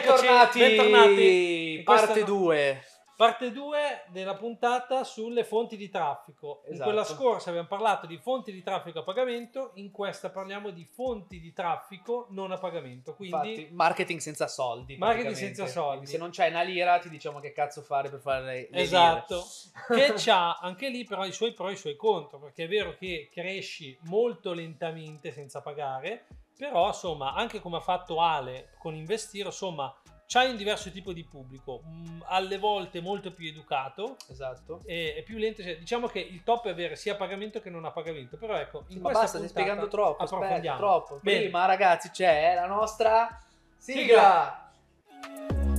Bentornati, bentornati in questa parte no- 2. Parte 2 della puntata sulle fonti di traffico. In Esatto. quella scorsa abbiamo parlato di fonti di traffico a pagamento, in questa parliamo di fonti di traffico non a pagamento. Quindi Infatti, marketing senza soldi. Marketing praticamente. senza soldi. Quindi se non c'è una lira, ti diciamo che cazzo fare per fare le, le Esatto. lire. che c'ha anche lì però i suoi pro e i suoi contro, perché è vero che cresci molto lentamente senza pagare, però insomma, anche come ha fatto Ale con investire, insomma, c'hai un diverso tipo di pubblico, mh, alle volte molto più educato Esatto. e, e più lento, cioè, diciamo che il top è avere sia pagamento che non a pagamento, però ecco, in Ma questa basta, stai puntata spiegando troppo. Aspetta, approfondiamo. troppo. Bene. Prima, ragazzi, c'è la nostra sigla. Sigla.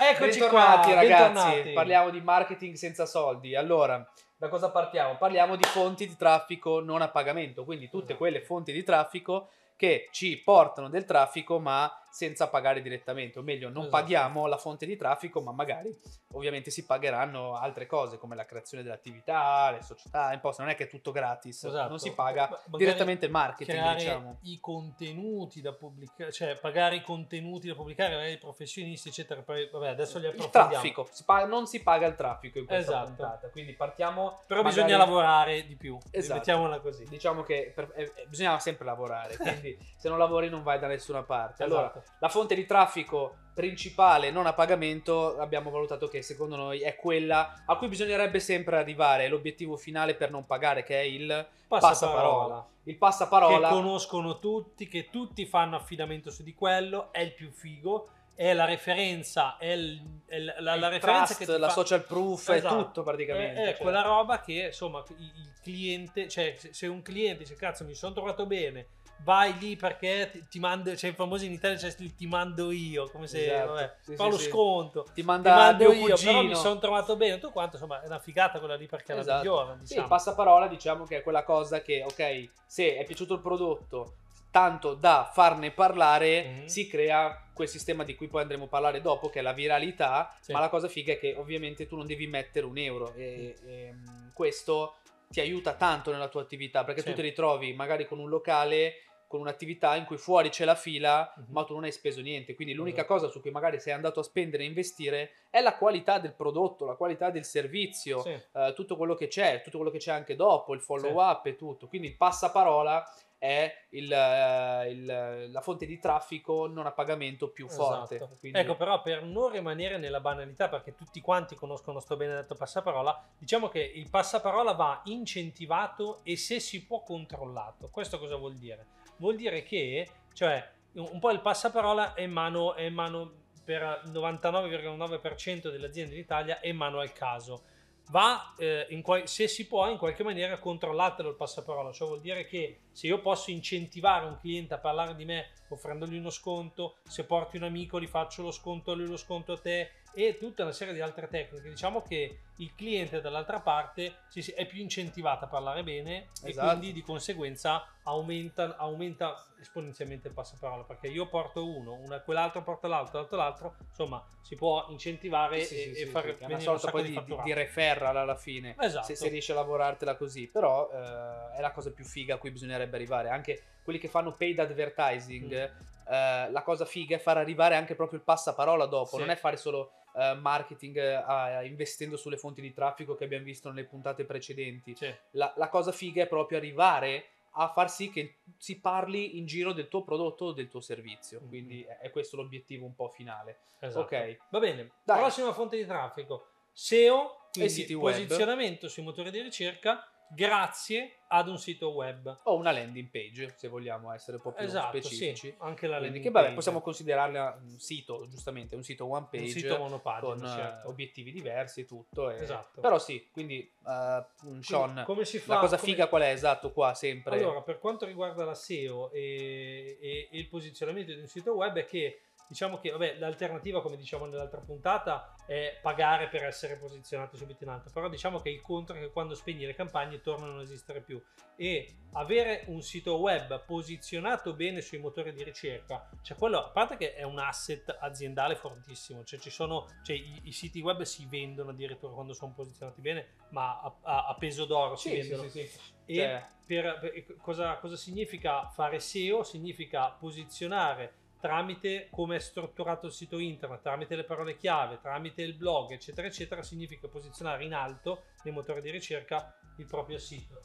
Eccoci Bentornati, qua, ragazzi. bentornati. Parliamo di marketing senza soldi. Allora, da cosa partiamo? Parliamo di fonti di traffico non a pagamento, quindi tutte Esatto. quelle fonti di traffico che ci portano del traffico ma senza pagare direttamente, o meglio, non Esatto. paghiamo la fonte di traffico, ma magari ovviamente si pagheranno altre cose come la creazione dell'attività, le società, imposte, non è che è tutto gratis, Esatto. non si paga Ma- magari direttamente il marketing, creare diciamo. i contenuti da pubblicare, cioè pagare i contenuti da pubblicare magari ai professionisti, eccetera. Poi, vabbè, adesso li Il approfondiamo. traffico, si pa- non si paga il traffico in questa Esatto. puntata, quindi partiamo Però magari- bisogna lavorare di più. Esatto. Mettiamola così. diciamo che per- eh, eh, bisogna sempre lavorare, quindi se non lavori non vai da nessuna parte. Allora, Esatto. la fonte di traffico principale non a pagamento abbiamo valutato che secondo noi è quella a cui bisognerebbe sempre arrivare, l'obiettivo finale per non pagare che è il, passaparola. il passaparola. Che conoscono tutti, che tutti fanno affidamento su di quello, è il più figo, è la referenza, è, il- è la, la- la il referenza trust, che ti la fa- social proof Esatto. è tutto praticamente. È, è cioè. quella roba che insomma il, il cliente, cioè se, se un cliente dice cazzo mi sono trovato bene, vai lì perché ti, ti mando, cioè famoso in Italia c'è il ti mando io, come se Esatto. vabbè, Sì, fa sì, lo sì. sconto. ti Ti manda mando mio io, però mi cugino. sono trovato bene, tutto quanto, insomma è una figata quella lì perché è la Esatto. migliore, Sì, diciamo. il passaparola diciamo che è quella cosa che, ok, se è piaciuto il prodotto tanto da farne parlare, Mhm. si crea quel sistema di cui poi andremo a parlare dopo, che è la viralità, Sì. ma la cosa figa è che ovviamente tu non devi mettere un euro e, e, mh, questo ti aiuta tanto nella tua attività, perché Sì. tu ti ritrovi magari con un locale, con un'attività in cui fuori c'è la fila, Mhm. ma tu non hai speso niente, quindi l'unica Esatto. cosa su cui magari sei andato a spendere e investire è la qualità del prodotto, la qualità del servizio, Sì. eh, tutto quello che c'è, tutto quello che c'è anche dopo, il follow up e tutto. Quindi il passaparola è il, eh, il- la fonte di traffico non a pagamento più forte. Esatto. Quindi- Ecco, però per non rimanere nella banalità, perché tutti quanti conoscono sto benedetto passaparola, diciamo che il passaparola va incentivato e se si può controllato. Questo cosa vuol dire? Vuol dire che, cioè, un un po' il passaparola è in mano, è in mano per il 99,9% delle aziende in Italia, è in mano al caso. Va, eh, in qual- se si può, in qualche maniera controllatelo il passaparola, cioè vuol dire che se io posso incentivare un cliente a parlare di me offrendogli uno sconto, se porti un amico gli faccio lo sconto a lui, lo sconto a te e tutta una serie di altre tecniche. Diciamo che il cliente dall'altra parte si- si- è più incentivato a parlare bene Esatto. e quindi di conseguenza aumenta, aumenta esponenzialmente il passaparola perché io porto uno, una- quell'altro porta l'altro, l'altro l'altro, insomma si può incentivare Sì, sì, e, sì, e sì, far perché è venire una un sorta sacco poi di di, di, fatturato. di referral alla fine, Esatto. se si riesce a lavorartela così, però eh, è la cosa più figa a cui bisognerebbe arrivare, anche quelli che fanno paid advertising, Mm. eh, la cosa figa è far arrivare anche proprio il passaparola dopo, Sì. non è fare solo eh, marketing eh, a- investendo sulle fonti di traffico che abbiamo visto nelle puntate precedenti, Sì. la, la cosa figa è proprio arrivare a far sì che si parli in giro del tuo prodotto o del tuo servizio, Mhm. quindi è, è questo l'obiettivo un po' finale. Esatto. Ok. Va bene. Dai. Prossima fonte di traffico: SEO, quindi siti web. posizionamento sui motori di ricerca grazie ad un sito web. O una landing page, se vogliamo essere un po' più Esatto, specifici. sì, anche la Quindi, landing che vabbè, page. possiamo considerarla un sito, giustamente, un sito one page un sito con monopagina, eh, certo. obiettivi diversi e tutto. e- Esatto. Però sì, quindi eh, Sean, Quindi, come si fa? la cosa come- figa qual è esatto qua sempre? Allora, per quanto riguarda la SEO e, e- e il posizionamento di un sito web è che Diciamo che vabbè, l'alternativa, come diciamo nell'altra puntata, è pagare per essere posizionati subito in alto, però diciamo che il contro è che quando spegni le campagne tornano a non esistere più e avere un sito web posizionato bene sui motori di ricerca, cioè quello, a parte che è un asset aziendale fortissimo, cioè, ci sono, cioè i, i, siti web si vendono addirittura quando sono posizionati bene, ma a, a, a peso d'oro sì, si vendono. Sì, sì, e cioè... per, per, cosa, cosa significa fare SEO? Significa posizionare tramite come è strutturato il sito internet, tramite le parole chiave, tramite il blog, eccetera, eccetera, significa posizionare in alto nei motori di ricerca il proprio sito.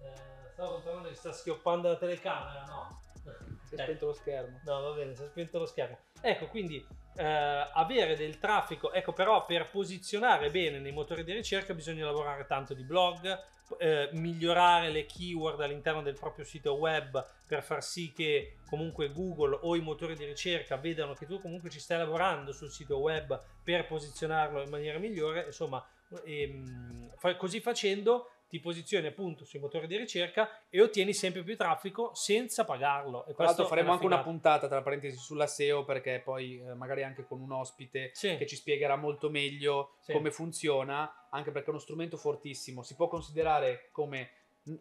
Eh, stavo controllando che sta schioppando la telecamera, no? Si è eh. spento lo schermo. No, va bene, si è spento lo schermo. Ecco, quindi eh, avere del traffico, ecco però per posizionare bene nei motori di ricerca bisogna lavorare tanto di blog, eh, migliorare le keyword all'interno del proprio sito web per far sì che comunque Google o i motori di ricerca vedano che tu comunque ci stai lavorando sul sito web per posizionarlo in maniera migliore, insomma, ehm, così facendo ti posizioni appunto sui motori di ricerca e ottieni sempre più traffico senza pagarlo. E Tra l'altro faremo anche una puntata, tra parentesi, sulla SEO perché poi eh, magari anche con un ospite sì. che ci spiegherà molto meglio sì. come funziona, anche perché è uno strumento fortissimo, si può considerare come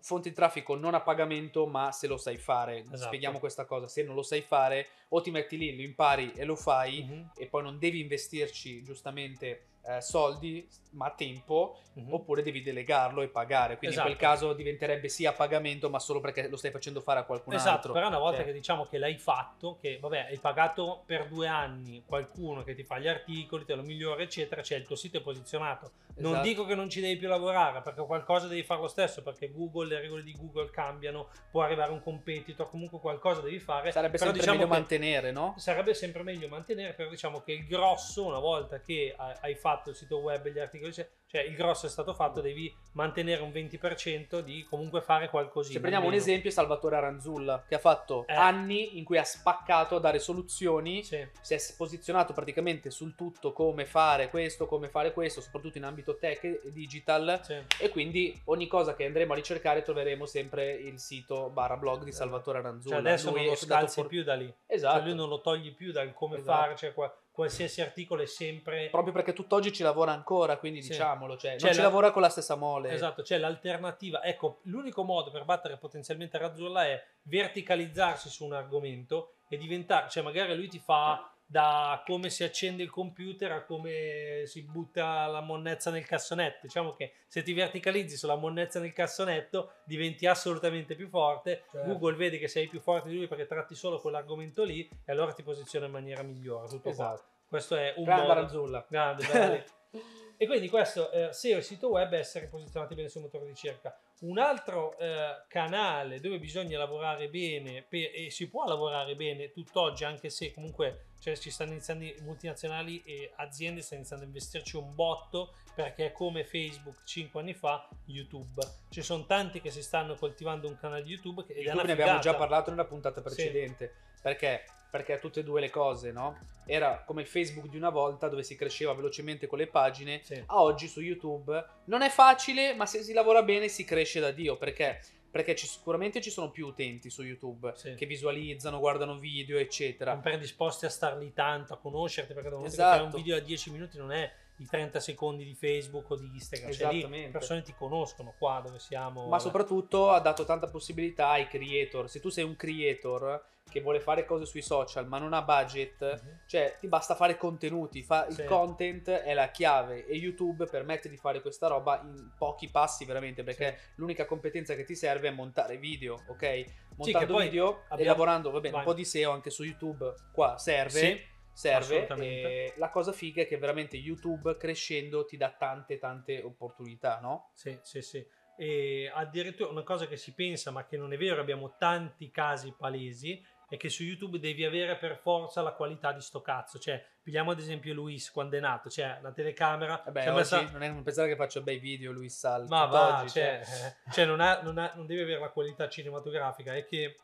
fonte di traffico non a pagamento ma se lo sai fare esatto. spieghiamo questa cosa se non lo sai fare o ti metti lì lo impari e lo fai mm-hmm. e poi non devi investirci giustamente eh, soldi ma tempo mm-hmm. oppure devi delegarlo e pagare quindi esatto. in quel caso diventerebbe sì a pagamento ma solo perché lo stai facendo fare a qualcun esatto, altro però una volta eh. che diciamo che l'hai fatto che vabbè hai pagato per due anni qualcuno che ti fa gli articoli te lo migliora eccetera cioè il tuo sito è posizionato esatto. non dico che non ci devi più lavorare perché qualcosa devi fare lo stesso perché Google le regole di Google cambiano può arrivare un competitor comunque qualcosa devi fare sarebbe sempre diciamo meglio mantenere no? sarebbe sempre meglio mantenere però diciamo che il grosso una volta che hai fatto il sito web, gli articoli, cioè il grosso è stato fatto, Esatto. devi mantenere un 20% di comunque fare qualcosina. Se prendiamo almeno. un esempio, Salvatore Aranzulla, che ha fatto eh. anni in cui ha spaccato a dare soluzioni, sì. si è posizionato praticamente sul tutto come fare questo, come fare questo, soprattutto in ambito tech e digital, sì. Cioè, e quindi ogni cosa che andremo a ricercare troveremo sempre il sito barra blog di Salvatore Aranzulla. Eh. Cioè adesso lui non lo scalzi for... più da lì, esatto. Cioè lui non lo togli più dal come esatto. fare, cioè qua qualsiasi articolo è sempre proprio perché tutt'oggi ci lavora ancora quindi sì. diciamolo cioè, cioè non la... ci lavora con la stessa mole esatto c'è cioè l'alternativa ecco l'unico modo per battere potenzialmente Razzulla è verticalizzarsi su un argomento e diventare cioè magari lui ti fa da come si accende il computer a come si butta la monnezza nel cassonetto. Diciamo che se ti verticalizzi sulla monnezza nel cassonetto diventi assolutamente più forte. Certo. Google vede che sei più forte di lui perché tratti solo quell'argomento lì e allora ti posiziona in maniera migliore. Tutto esatto. Qua. Questo è un grande aranzulla. Grande, E quindi questo eh, SEO e sito web essere posizionati bene sul motore di ricerca. Un altro eh, canale dove bisogna lavorare bene per, e si può lavorare bene tutt'oggi, anche se comunque cioè, ci stanno iniziando multinazionali e aziende stanno iniziando a investirci un botto perché è come Facebook 5 anni fa, YouTube. Ci sono tanti che si stanno coltivando un canale di YouTube. Che, YouTube ne abbiamo già parlato nella puntata precedente. Sì. Perché? perché tutte e due le cose, no? Era come il Facebook di una volta dove si cresceva velocemente con le pagine, sì. a oggi su YouTube non è facile, ma se si lavora bene si cresce da Dio, perché, perché ci, sicuramente ci sono più utenti su YouTube sì. che visualizzano, guardano video, eccetera. Non predisposti a star lì tanto, a conoscerti, perché da un esatto. un video a 10 minuti non è i 30 secondi di Facebook o di Instagram. Cioè, lì le persone ti conoscono qua dove siamo. Ma soprattutto ha dato tanta possibilità ai creator. Se tu sei un creator che vuole fare cose sui social ma non ha budget, Mhm. mm-hmm. cioè ti basta fare contenuti. Fa... Sì. Il content è la chiave e YouTube permette di fare questa roba in pochi passi veramente perché sì. l'unica competenza che ti serve è montare video, ok? Montando sì, video abbiamo... e lavorando, va bene, un po' di SEO anche su YouTube qua serve. Sì serve e la cosa figa è che veramente YouTube crescendo ti dà tante tante opportunità, no? Sì, sì, sì. E addirittura una cosa che si pensa ma che non è vero, abbiamo tanti casi palesi è che su YouTube devi avere per forza la qualità di sto cazzo, cioè pigliamo ad esempio Luis quando è nato, cioè la telecamera Vabbè, Eh oggi sta... non, è, non pensare che faccia bei video Luis Sal, ma cioè, cioè. va, oggi, cioè, cioè non, ha, non, ha, non deve avere la qualità cinematografica, è che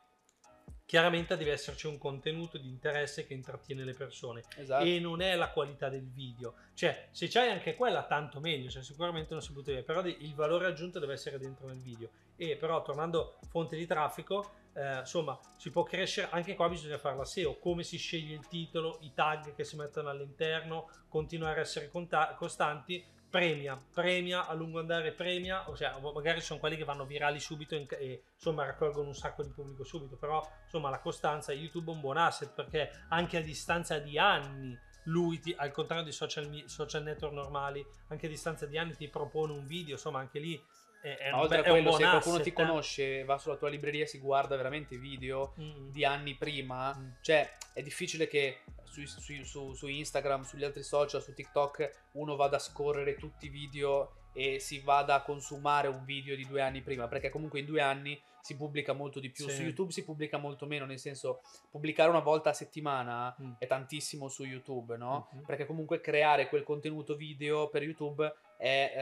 chiaramente deve esserci un contenuto di interesse che intrattiene le persone Esatto. e non è la qualità del video. Cioè, se c'hai anche quella, tanto meglio. Cioè, sicuramente non si butta via, però de- il valore aggiunto deve essere dentro nel video. E però, tornando fonte di traffico, eh, insomma, si può crescere. Anche qua bisogna fare la SEO, come si sceglie il titolo, i tag che si mettono all'interno, continuare a essere conta- costanti. Premia, premia, a lungo andare premia, o sea, magari ci sono quelli che vanno virali subito in- e insomma raccolgono un sacco di pubblico subito, però insomma la costanza, YouTube è un buon asset perché anche a distanza di anni lui ti- al contrario di social, mi- social network normali anche a distanza di anni ti propone un video insomma anche lì è, è un, Oltre be- a è un quello, buon se qualcuno asset, ti eh. conosce, va sulla tua libreria e si guarda veramente i video Mm. di anni prima, Mm. cioè è difficile che su, su- su- su Instagram, sugli altri social, su TikTok, uno vada a scorrere tutti i video e si vada a consumare un video di due anni prima, perché comunque in due anni si pubblica molto di più. Sì. Su YouTube si pubblica molto meno, nel senso pubblicare una volta a settimana Mm. è tantissimo su YouTube, no? Mhm. Perché comunque creare quel contenuto video per YouTube è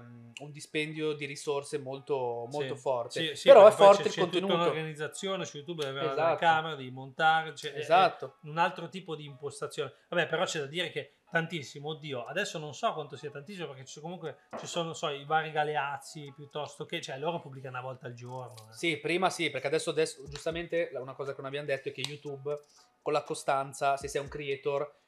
ehm, un dispendio di risorse molto, molto Sì. forte. Sì, sì, Però è perché poi forte c'è- il c'è tutta contenuto. un'organizzazione su YouTube deve avere la Esatto. camera di montare cioè, è- è Esatto. un altro tipo di impostazione vabbè però c'è da dire che tantissimo oddio adesso non so quanto sia tantissimo perché ci sono comunque ci sono non so, i vari Galeazzi piuttosto che cioè loro pubblicano una volta al giorno eh. Sì, prima sì, perché adesso, adesso giustamente la- una cosa che non abbiamo detto è che YouTube con la costanza, se sei un creator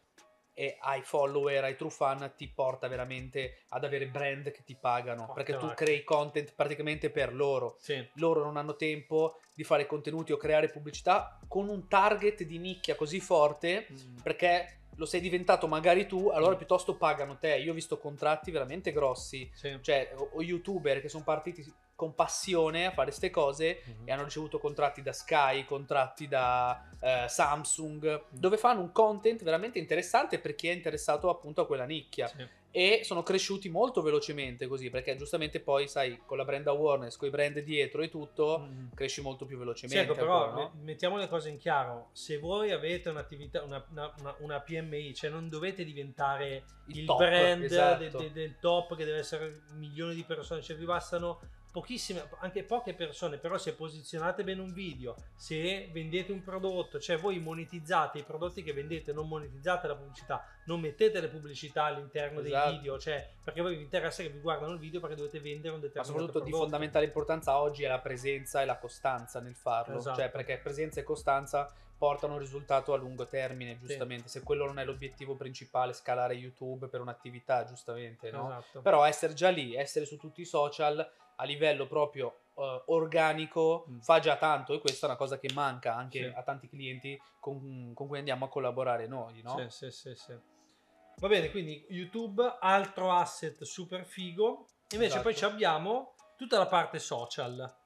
e hai follower, hai true fan, ti porta veramente ad avere brand che ti pagano, Porca perché tu vacca. crei content praticamente per loro. Sì. Loro non hanno tempo di fare contenuti o creare pubblicità con un target di nicchia così forte perché lo sei diventato magari tu, allora piuttosto pagano te. Io ho visto contratti veramente grossi, Sì. cioè o, o youtuber che sono partiti con passione a fare queste cose Mhm. e hanno ricevuto contratti da Sky, contratti da eh, Samsung, dove fanno un content veramente interessante per chi è interessato appunto a quella nicchia. Sì. E sono cresciuti molto velocemente così, perché giustamente poi, sai, con la brand awareness, con i brand dietro e tutto, Mm. cresci molto più Sì, velocemente. ecco, però ancora, no? me- mettiamo le cose in chiaro. Se voi avete un'attività, una, una- una- una PMI, cioè non dovete diventare il, top, brand de- esatto. de- del top che deve essere milioni di persone, cioè vi bastano pochissime, anche poche persone, però se posizionate bene un video, se vendete un prodotto, cioè voi monetizzate i prodotti che vendete, non monetizzate la pubblicità, non mettete le pubblicità all'interno Esatto. dei video, cioè perché a voi vi interessa che vi guardano il video perché dovete vendere un determinato Ma soprattutto di prodotto. fondamentale importanza oggi è la presenza e la costanza nel farlo, Esatto. cioè perché presenza e costanza portano un risultato a lungo termine, giustamente, se quello non è l'obiettivo principale, scalare YouTube per un'attività, giustamente, no? Esatto. Però essere già lì, essere su tutti i social a livello proprio eh, organico Mm. fa già tanto e questa è una cosa che manca anche Sì. a tanti clienti con, con cui andiamo a collaborare noi, no? Sì, sì, sì, sì. Va bene, quindi YouTube, altro asset super figo. Invece Esatto. poi ci abbiamo tutta la parte social.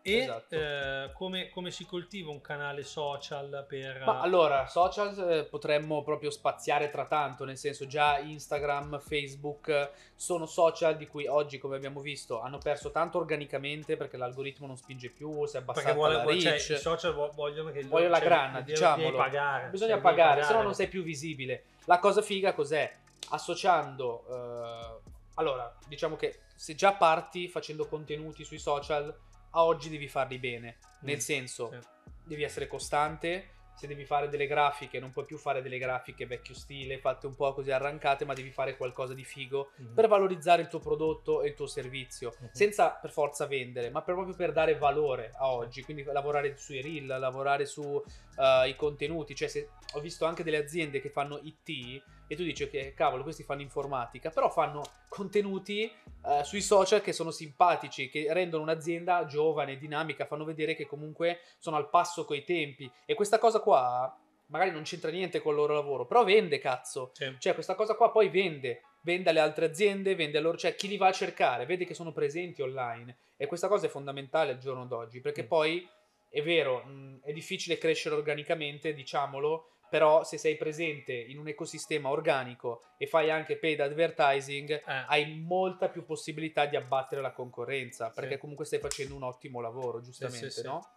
E Esatto. eh, come, come si coltiva un canale social per... Ma allora, social eh, potremmo proprio spaziare tra tanto, nel senso già Instagram, Facebook eh, sono social di cui oggi, come abbiamo visto, hanno perso tanto organicamente perché l'algoritmo non spinge più, si è perché abbassata vuole, la vuole- reach. cioè, i social vo- vogliono che... Voglio la cioè, grana, devi- diciamolo. devi pagare. Bisogna cioè, devi pagare, se no non sei più visibile. La cosa figa cos'è? Associando... eh, allora, diciamo che se già parti facendo contenuti sui social, a oggi devi farli bene. Nel Mm, senso, sì. devi essere costante. Se devi fare delle grafiche, non puoi più fare delle grafiche vecchio stile, fatte un po' così arrancate, ma devi fare qualcosa di figo Mhm. per valorizzare il tuo prodotto e il tuo servizio, Mhm. senza per forza vendere, ma per- proprio per dare valore a oggi, quindi lavorare sui reel, lavorare su eh, i contenuti, cioè se, ho visto anche delle aziende che fanno IT e tu dici che cavolo, questi fanno informatica, però fanno contenuti eh, sui social che sono simpatici, che rendono un'azienda giovane, dinamica, fanno vedere che comunque sono al passo coi tempi e questa cosa qua magari non c'entra niente col loro lavoro, però vende cazzo. Sì. Cioè, questa cosa qua poi vende, vende alle altre aziende, vende a loro, cioè chi li va a cercare, vede che sono presenti online. E questa cosa è fondamentale al giorno d'oggi, perché Mm. poi è vero, mh, è difficile crescere organicamente, diciamolo, però se sei presente in un ecosistema organico e fai anche paid advertising, Eh, hai molta più possibilità di abbattere la concorrenza, perché Sì. comunque stai facendo un ottimo lavoro, giustamente, sì. no?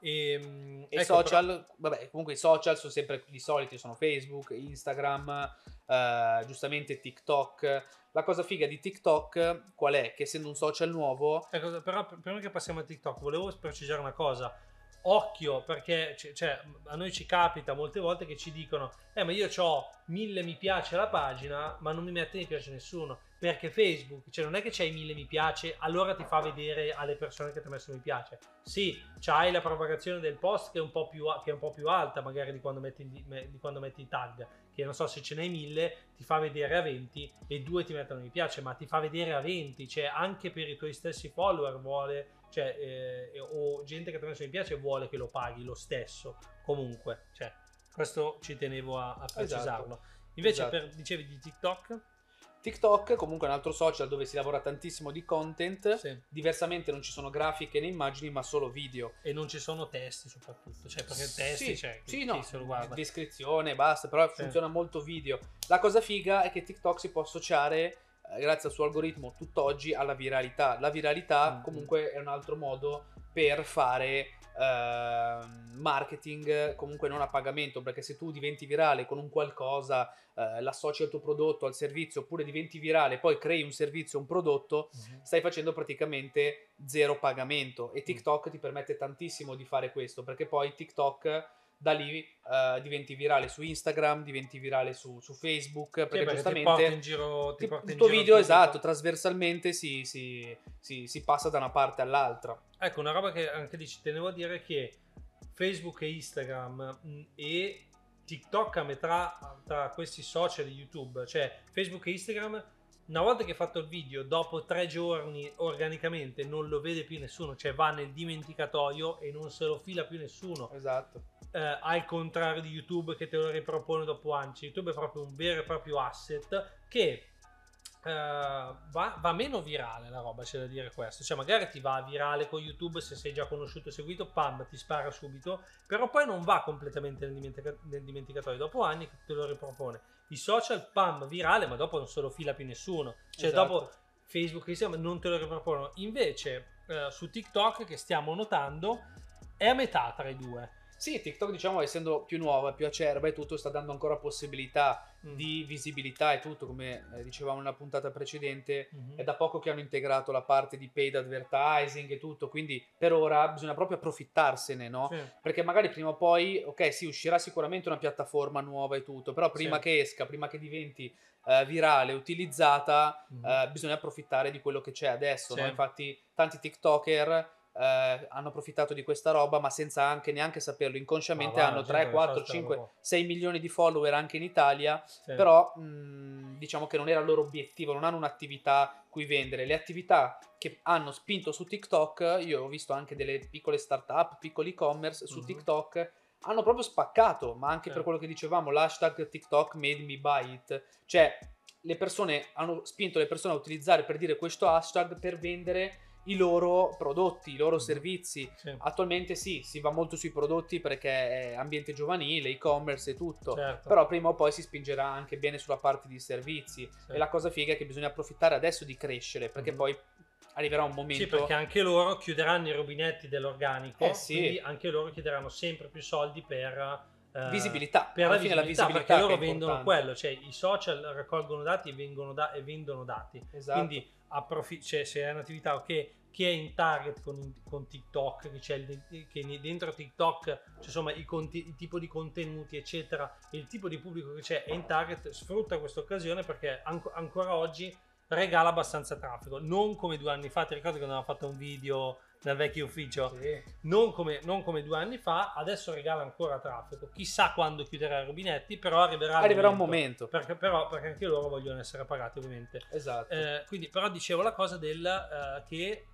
E, mm, E ecco, social, vabbè, comunque i social sono sempre i soliti, sono Facebook, Instagram, eh, giustamente TikTok. La cosa figa di TikTok qual è? Che essendo un social nuovo, Cioè, Ecco, però pr- prima che passiamo a TikTok, volevo precisare una cosa. occhio perché c- cioè, a noi ci capita molte volte che ci dicono eh ma io ho mille mi piace alla pagina ma non mi mette mi piace nessuno perché Facebook cioè non è che c'hai mille mi piace allora ti fa vedere alle persone che ti ha messo mi piace sì c'hai la propagazione del post che è un po' più, a- che è un po più alta magari di quando, metti, di, me- di quando metti i tag che non so se ce n'hai mille ti fa vedere a 20 e due ti mettono mi piace ma ti fa vedere a 20 cioè anche per i tuoi stessi follower vuole cioè, eh, o gente che ti ha messo mi piace vuole che lo paghi lo stesso comunque cioè, questo ci tenevo a, a precisarlo invece Esatto. per- dicevi di TikTok TikTok comunque è un altro social dove si lavora tantissimo di content. Sì. Diversamente non ci sono grafiche né immagini, ma solo video. e non ci sono testi soprattutto cioè perché testi Sì, cioè, sì, chi- no, chi se lo guarda descrizione, basta, però Sì. funziona molto video. La cosa figa è che TikTok si può associare, eh, grazie al suo algoritmo, tutt'oggi alla viralità. La viralità Mm. comunque è un altro modo per fare ehm, marketing comunque non a pagamento, perché se tu diventi virale con un qualcosa, eh, l'associ al tuo prodotto, al servizio, oppure diventi virale e poi crei un servizio, un prodotto, Mhm. stai facendo praticamente zero pagamento Mm. e TikTok ti permette tantissimo di fare questo perché poi TikTok da lì eh, diventi virale su Instagram, diventi virale su, su Facebook Sì, perché perché ti porta in giustamente giro ti ti- porta il in tuo giro video il pubblico. esatto, trasversalmente si, si- si- si passa da una parte all'altra. Ecco, una roba che anche lì ci tenevo a dire è che Facebook e Instagram mh, e TikTok a metà tra questi social di YouTube, cioè Facebook e Instagram, una volta che hai fatto il video, dopo tre giorni organicamente non lo vede più nessuno, cioè va nel dimenticatoio e non se lo fila più nessuno. Esatto. Eh, al contrario di YouTube che te lo ripropone dopo anni, YouTube è proprio un vero e proprio asset che eh, va, va meno virale la roba, c'è da dire questo. Cioè, magari ti va virale con YouTube se sei già conosciuto e seguito, pam, ti spara subito, però poi non va completamente nel, dimentica- nel dimenticatoio. Dopo anni che te lo ripropone. I social, pam, virale, ma dopo non se lo fila più nessuno. Cioè, Esatto. dopo Facebook e Instagram non te lo ripropongono. Invece, eh, su TikTok che stiamo notando, è a metà tra i due. Sì, TikTok diciamo essendo più nuova, più acerba e tutto sta dando ancora possibilità Mm. di visibilità e tutto come eh, dicevamo nella puntata precedente Mhm. È da poco che hanno integrato la parte di paid advertising e tutto, quindi per ora bisogna proprio approfittarsene, no? Sì. Perché magari prima o poi, ok, sì, uscirà sicuramente una piattaforma nuova e tutto, però prima Sì. che esca, prima che diventi eh, virale, utilizzata, Mhm. eh, bisogna approfittare di quello che c'è adesso, Sì. no? Infatti tanti TikToker eh, hanno approfittato di questa roba, ma senza anche neanche saperlo, inconsciamente Ma va, hanno la 3, gente non sa 4, sta 5, roba. 6 milioni di follower anche in Italia Sì. però mh, diciamo che non era il loro obiettivo, non hanno un'attività cui vendere. Le attività che hanno spinto su TikTok, io ho visto anche delle piccole start-up, piccoli e-commerce su Mhm. TikTok, hanno proprio spaccato, ma anche Eh. per quello che dicevamo, l'hashtag TikTok made me buy it, cioè le persone hanno spinto le persone a utilizzare per dire questo hashtag per vendere i loro prodotti, i loro Mhm. servizi. Sì. Attualmente sì, si va molto sui prodotti perché è ambiente giovanile, e-commerce e tutto Certo. però prima o poi si spingerà anche bene sulla parte di servizi Sì. e la cosa figa è che bisogna approfittare adesso di crescere perché Mhm. poi arriverà un Sì, momento perché anche loro chiuderanno i rubinetti dell'organico, Eh, sì. quindi anche loro chiederanno sempre più soldi per eh, visibilità Per la alla fine visibilità, la visibilità perché loro che è vendono importante. quello, cioè i social raccolgono dati e, vengono da- e vendono dati. esatto. Quindi approfi- cioè, se è un'attività che chi è in target con, con TikTok, che, c'è il- che ne- dentro TikTok, cioè, insomma, i conti- il tipo di contenuti, eccetera, e il tipo di pubblico che c'è è in target, sfrutta questa occasione perché anco- ancora oggi regala abbastanza traffico. Non come due anni fa, ti ricordi quando avevamo fatto un video dal vecchio ufficio? non come, non come due anni fa, adesso regala ancora traffico. Chissà quando chiuderà i rubinetti, però arriverà, il arriverà un momento Perché, però, perché anche loro vogliono essere pagati, ovviamente. esatto Eh, quindi, però, dicevo la cosa del eh, che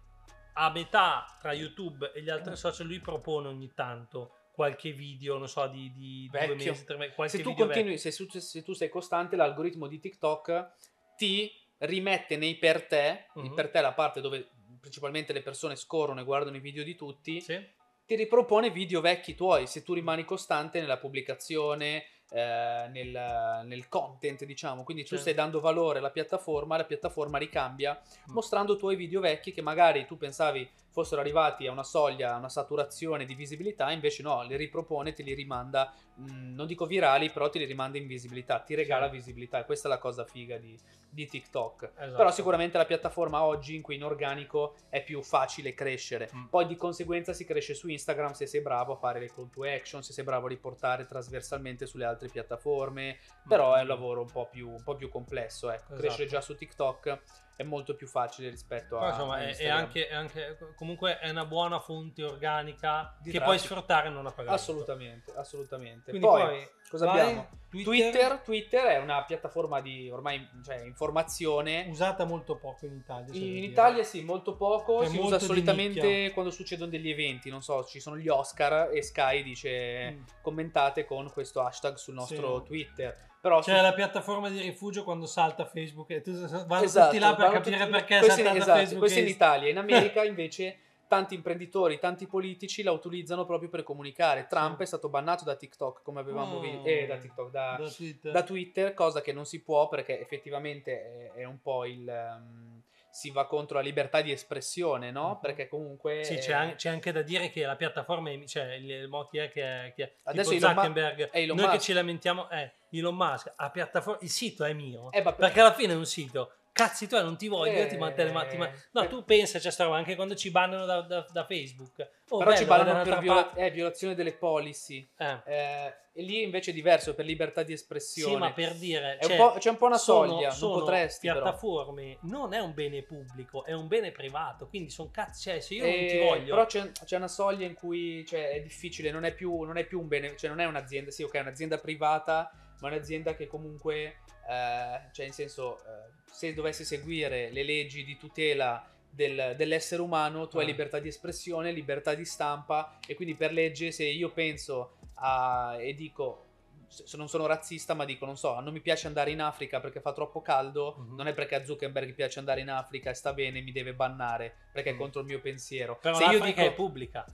a metà tra YouTube e gli altri social lui propone ogni tanto qualche video, non so, di, di due Vecchio. mesi, tre mesi, qualche se tu video vecchio. continui se, su- se tu sei costante l'algoritmo di TikTok ti rimette nei per te il Mhm. per te è la parte dove principalmente le persone scorrono e guardano i video di tutti Sì. ti ripropone video vecchi tuoi se tu rimani costante nella pubblicazione, eh, nel, nel content, diciamo. Quindi tu Sì. stai dando valore alla piattaforma, la piattaforma ricambia Mm. mostrando tuoi video vecchi che magari tu pensavi fossero arrivati a una soglia, a una saturazione di visibilità, invece no, li ripropone, te li rimanda, mh, non dico virali, però te li rimanda in visibilità, ti regala visibilità e questa è la cosa figa di, di TikTok. Esatto. Però sicuramente la piattaforma oggi in cui in organico è più facile crescere. Mm. Poi di conseguenza si cresce su Instagram se sei bravo a fare le call to action, se sei bravo a riportare trasversalmente sulle altre piattaforme, però è un lavoro un po' più, un po' più complesso. Ecco. Mm. Esatto. Crescere già su TikTok è molto più facile rispetto Però, a... insomma, a è, è eh, Instagram. anche, è anche- comunque è una buona fonte organica Di che traffico. puoi sfruttare e non a pagamento. Assolutamente, assolutamente. Quindi poi, poi, cosa vai, abbiamo? Twitter. Twitter, è una piattaforma di ormai cioè, informazione. usata molto poco in Italia. se devo In dire. Italia sì, molto poco, Cioè, si molto usa di solitamente nicchia. quando succedono degli eventi, non so, ci sono gli Oscar e Sky dice Mm. commentate con questo hashtag sul nostro Sì. Twitter. Però Cioè su- la piattaforma di rifugio quando salta Facebook e tu vanno Esatto, tutti là per vanno capire tutti- perché è questo saltata in, esatto, Facebook. questo e in Italia, in America invece tanti imprenditori, tanti politici la utilizzano proprio per comunicare. Trump Sì. è stato bannato da TikTok, come avevamo Oh. visto, eh, da TikTok, da, da Twitter. da Twitter, cosa che non si può perché effettivamente è, è un po' il... ehm, si va contro la libertà di espressione, no? Mhm. Perché comunque... Sì, eh, c'è, an- c'è anche da dire che la piattaforma, è- cioè il, il mo chi è che è, chi è? Adesso tipo Elon Ma- Zuckerberg, è Elon noi che Musk. ci lamentiamo, eh, Elon Musk, a piattaforma, il sito è mio, Eh, ma per- perché alla fine è un sito, cazzi tu non ti voglio, io ti Eh, mantengo, ma, ti ma- per- no tu pensa c'è sta roba, anche quando ci bannano da, da- da Facebook, Oh, Però ci bello, parlano da per un'altra viola- eh, violazione delle policy. parte. Eh, Eh, e lì invece è diverso, per libertà di espressione. Sì, ma per dire, È un cioè, po'- c'è un po' una sono- soglia, non sono potresti, però. piattaforme, non è un bene pubblico, è un bene privato, quindi sono cazzi, cioè, se io non ti Eh, voglio... Però c'è, c'è una soglia in cui cioè, è difficile, non è, più, non è più un bene, cioè non è un'azienda, sì, ok, è un'azienda privata, ma è un'azienda che comunque, eh, cioè in senso, eh, se dovesse seguire le leggi di tutela del- dell'essere umano, tu hai Ah. libertà di espressione, libertà di stampa e quindi per legge se io penso a, Ah, e dico... se Non sono razzista, ma dico: non so, non mi piace andare in Africa perché fa troppo caldo. Mhm. Non è perché a Zuckerberg piace andare in Africa e sta bene, mi deve bannare perché è Mm. contro il mio pensiero. Però se io l'Africa dico è pubblica.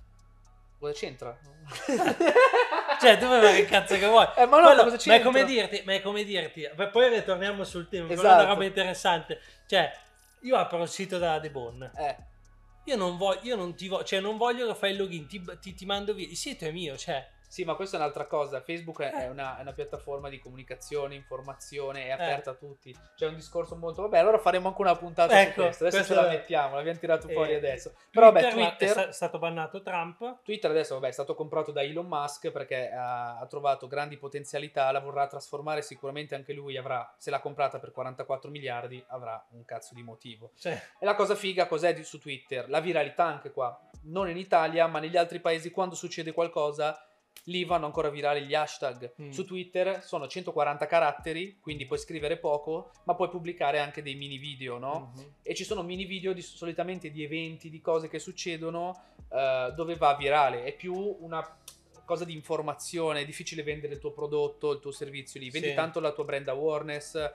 cosa c'entra? Cioè, tu fai che cazzo che vuoi. Eh, ma no, Quello- cosa ma è c'entra? come dirti, ma è come dirti, beh, poi ritorniamo sul tema, però è Esatto. una roba interessante. Cioè, io apro il sito della De Bon. Eh, Io non voglio, io non ti voglio, cioè non voglio che fai il login, ti, ti- ti mando via. Il sito è mio, cioè. sì, ma questa è un'altra cosa. Facebook Eh. è è una, è una piattaforma di comunicazione, informazione, è aperta a tutti. C'è un discorso molto. Vabbè, allora faremo anche una puntata su Ecco, Esatto, questo. Adesso questo ce la è- mettiamo, l'abbiamo tirato fuori Eh, adesso. Però, vabbè, ma- Twitter- è sta- stato bannato Trump. Twitter adesso vabbè, è stato comprato da Elon Musk perché ha, ha trovato grandi potenzialità, la vorrà trasformare sicuramente anche lui, avrà, se l'ha comprata per 44 miliardi avrà un cazzo di motivo. Cioè, E la cosa figa cos'è di- su Twitter? La viralità anche qua, non in Italia ma negli altri paesi quando succede qualcosa lì vanno ancora virali gli hashtag. Mm. Su Twitter sono 140 caratteri, quindi puoi scrivere poco, ma puoi pubblicare anche dei mini video, no? Mhm. e ci sono mini video di, solitamente di eventi, di cose che succedono eh, dove va virale, è più una cosa di informazione, è difficile vendere il tuo prodotto, il tuo servizio lì, vendi Sì. tanto la tua brand awareness,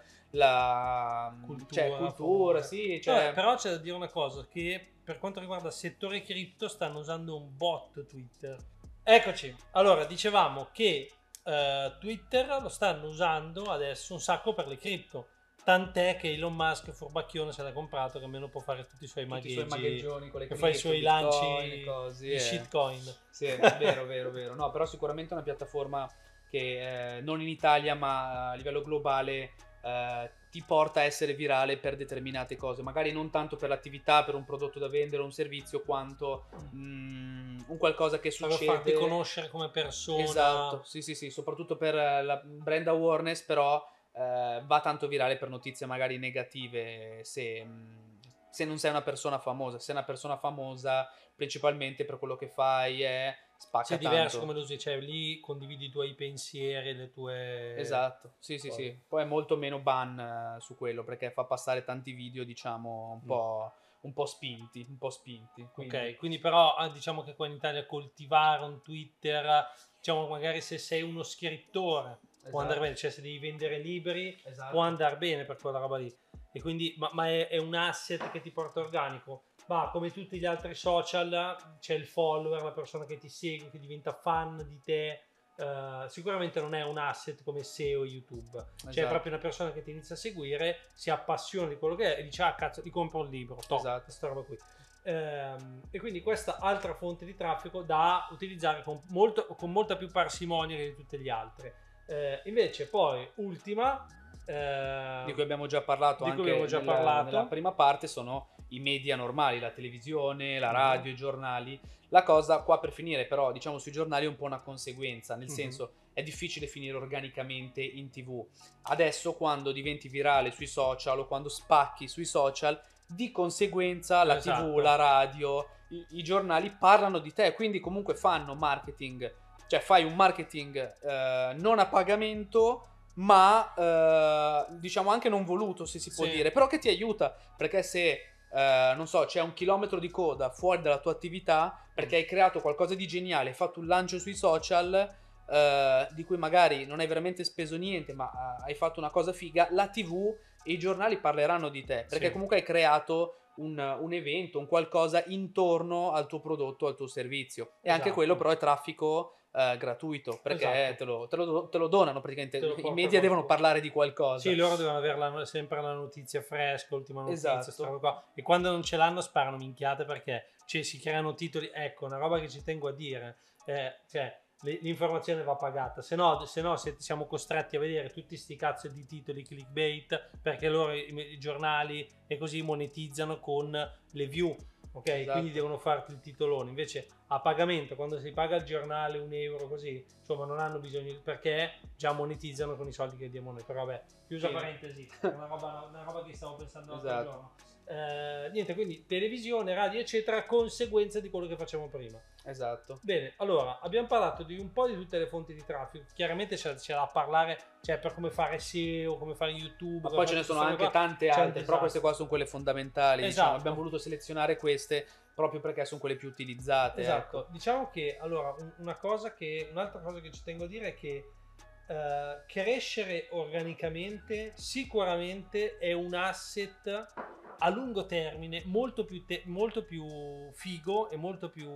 la Cultura, cioè, cultura forse. sì, Vabbè, cioè, però c'è da dire una cosa, che per quanto riguarda il settore cripto stanno usando un bot Twitter. Eccoci, allora dicevamo che eh, Twitter lo stanno usando adesso un sacco per le cripto, tant'è che Elon Musk furbacchione se l'ha comprato che almeno può fare tutti i suoi tutti magheggi, i suoi magheggioni con le che fa i cripto, suoi Bitcoin, lanci cose, di eh. shitcoin. Sì, vero, vero, vero. No, però sicuramente è una piattaforma che eh, non in Italia, ma a livello globale eh, ti porta a essere virale per determinate cose. Magari non tanto per l'attività, per un prodotto da vendere, un servizio, quanto mm, un qualcosa che Per succede. farti conoscere come persona. Esatto, sì, sì, sì, soprattutto per eh, la brand awareness, però eh, va tanto virale per notizie magari negative se, mh, se non sei una persona famosa. Se sei una persona famosa, principalmente per quello che fai è spacca Cioè, è diverso tanto. come lo usi, cioè lì condividi i tuoi pensieri, le tue... Esatto, sì, sì, Poi. sì. Poi è molto meno ban eh, su quello perché fa passare tanti video, diciamo, un Mm. po', un po' spinti, un po' spinti. Quindi, Ok, quindi però ah, diciamo che qua in Italia coltivare un Twitter, diciamo magari se sei uno scrittore esatto, può andare bene, cioè se devi vendere libri esatto. può andare bene per quella roba lì. E quindi, ma, ma è, è un asset che ti porta organico. Ma come tutti gli altri social c'è il follower, la persona che ti segue, che diventa fan di te. Eh, sicuramente non è un asset come SEO o YouTube. Cioè è Esatto. proprio una persona che ti inizia a seguire, si appassiona di quello che è e dice ah cazzo ti compro un libro, top, Esatto. questa roba qui. Ehm, e quindi questa altra fonte di traffico da utilizzare con, molto- con molta più parsimonia di tutte le altre. Eh, invece poi, ultima, ehm, di cui abbiamo già parlato Di cui anche abbiamo già nella, parlato. nella prima parte sono i media normali, la televisione, la Mhm. radio, i giornali. La cosa qua per finire però, diciamo sui giornali è un po' una conseguenza, nel Mhm. senso è difficile finire organicamente in TV. Adesso quando diventi virale sui social o quando spacchi sui social, di conseguenza la TV, Esatto. la radio, i, i giornali parlano di te, quindi comunque fanno marketing, cioè fai un marketing eh, non a pagamento, ma eh, diciamo anche non voluto se si può Sì. dire, però che ti aiuta perché se eh, non so, c'è un chilometro di coda fuori dalla tua attività Mm. perché hai creato qualcosa di geniale, hai fatto un lancio sui social eh, di cui magari non hai veramente speso niente, ma ah, hai fatto una cosa figa, la TV e i giornali parleranno di te perché Sì. comunque hai creato un, un evento, un qualcosa intorno al tuo prodotto, al tuo servizio e anche Esatto. quello però è traffico eh, gratuito perché Esatto. te, lo, te lo- te lo donano praticamente. Te lo I portano media devono qua. parlare di qualcosa. Sì, loro devono avere la- sempre la notizia fresca, ultima notizia, Esatto. sta roba qua. e quando non ce l'hanno sparano minchiate perché cioè, si creano titoli, ecco, una roba che ci tengo a dire, eh, cioè, l- l'informazione va pagata, se no, se no se- siamo costretti a vedere tutti sti cazzo di titoli clickbait perché loro i, i giornali e così monetizzano con le view. Ok, Esatto. quindi devono farti il titolone. Invece a pagamento, quando si paga il giornale un euro così, insomma, non hanno bisogno perché già monetizzano con i soldi che diamo noi. Però vabbè, chiusa Sì. parentesi, è una roba, una roba che stavo pensando l'altro Esatto. giorno. Eh, niente, quindi televisione, radio, eccetera, conseguenza di quello che facciamo prima. Esatto. Bene, allora abbiamo parlato di un po' di tutte le fonti di traffico. Chiaramente c'è, c'è da parlare, cioè per come fare SEO, come fare YouTube. Ma come poi fare ce ne tutte sono queste anche robe qua. tante c'è un altre, però disastro. queste qua sono quelle fondamentali. diciamo. Esatto. Abbiamo voluto selezionare queste proprio perché sono quelle più utilizzate. Esatto, ecco. diciamo che allora un- una cosa che, un'altra cosa che ci tengo a dire è che eh, crescere organicamente sicuramente è un asset a lungo termine molto più, te- molto più figo e molto più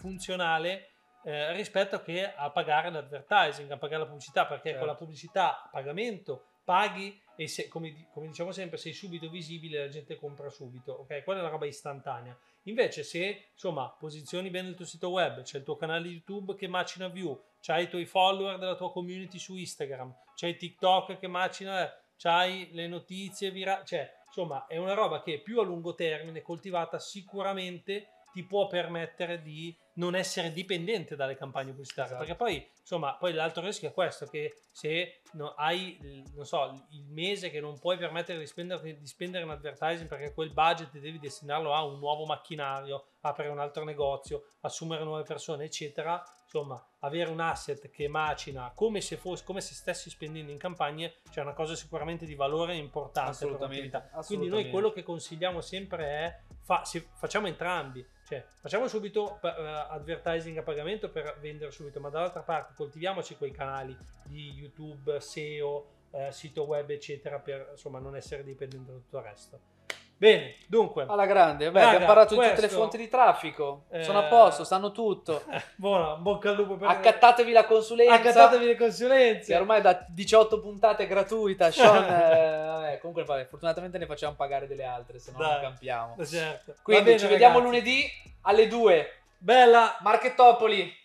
funzionale eh, rispetto che a pagare l'advertising, a pagare la pubblicità, perché Certo. con la pubblicità a pagamento paghi e se- come, di- come diciamo sempre sei subito visibile la gente compra subito, ok? Quella è una roba istantanea. Invece se insomma posizioni bene il tuo sito web, c'è il tuo canale YouTube che macina view, c'hai i tuoi follower della tua community su Instagram, c'hai TikTok che macina, c'hai le notizie virali, cioè insomma è una roba che più a lungo termine coltivata sicuramente ti può permettere di non essere dipendente dalle campagne pubblicitarie Esatto. perché poi insomma poi l'altro rischio è questo che se no- hai il- non so il mese che non puoi permettere di spendere, di spendere in advertising perché quel budget devi destinarlo a un nuovo macchinario aprire un altro negozio assumere nuove persone eccetera insomma avere un asset che macina come se fosse come se stessi spendendo in campagne c'è una cosa sicuramente di valore e importante per l'attività. Assolutamente. Quindi assolutamente. noi quello che consigliamo sempre è fa- se- facciamo entrambi, cioè facciamo subito eh, advertising a pagamento per vendere subito, ma dall'altra parte coltiviamoci quei canali di YouTube, SEO, eh, sito web, eccetera, per insomma non essere dipendenti da tutto il resto. Bene, dunque, Alla grande, Beh, Raga, abbiamo parlato di tutte le questo- fonti di traffico. Eh, Sono a posto, sanno tutto. buona, bocca al lupo per Accattatevi la consulenza. accattatevi le consulenze. Sì, ormai da 18 puntate è gratuita. Sean, eh, vabbè, comunque, vabbè, fortunatamente ne facciamo pagare delle altre, se no non Dai. campiamo. Certo. Va Quindi bene, ci vediamo ragazzi. lunedì alle 2. Bella, Marchettopoli.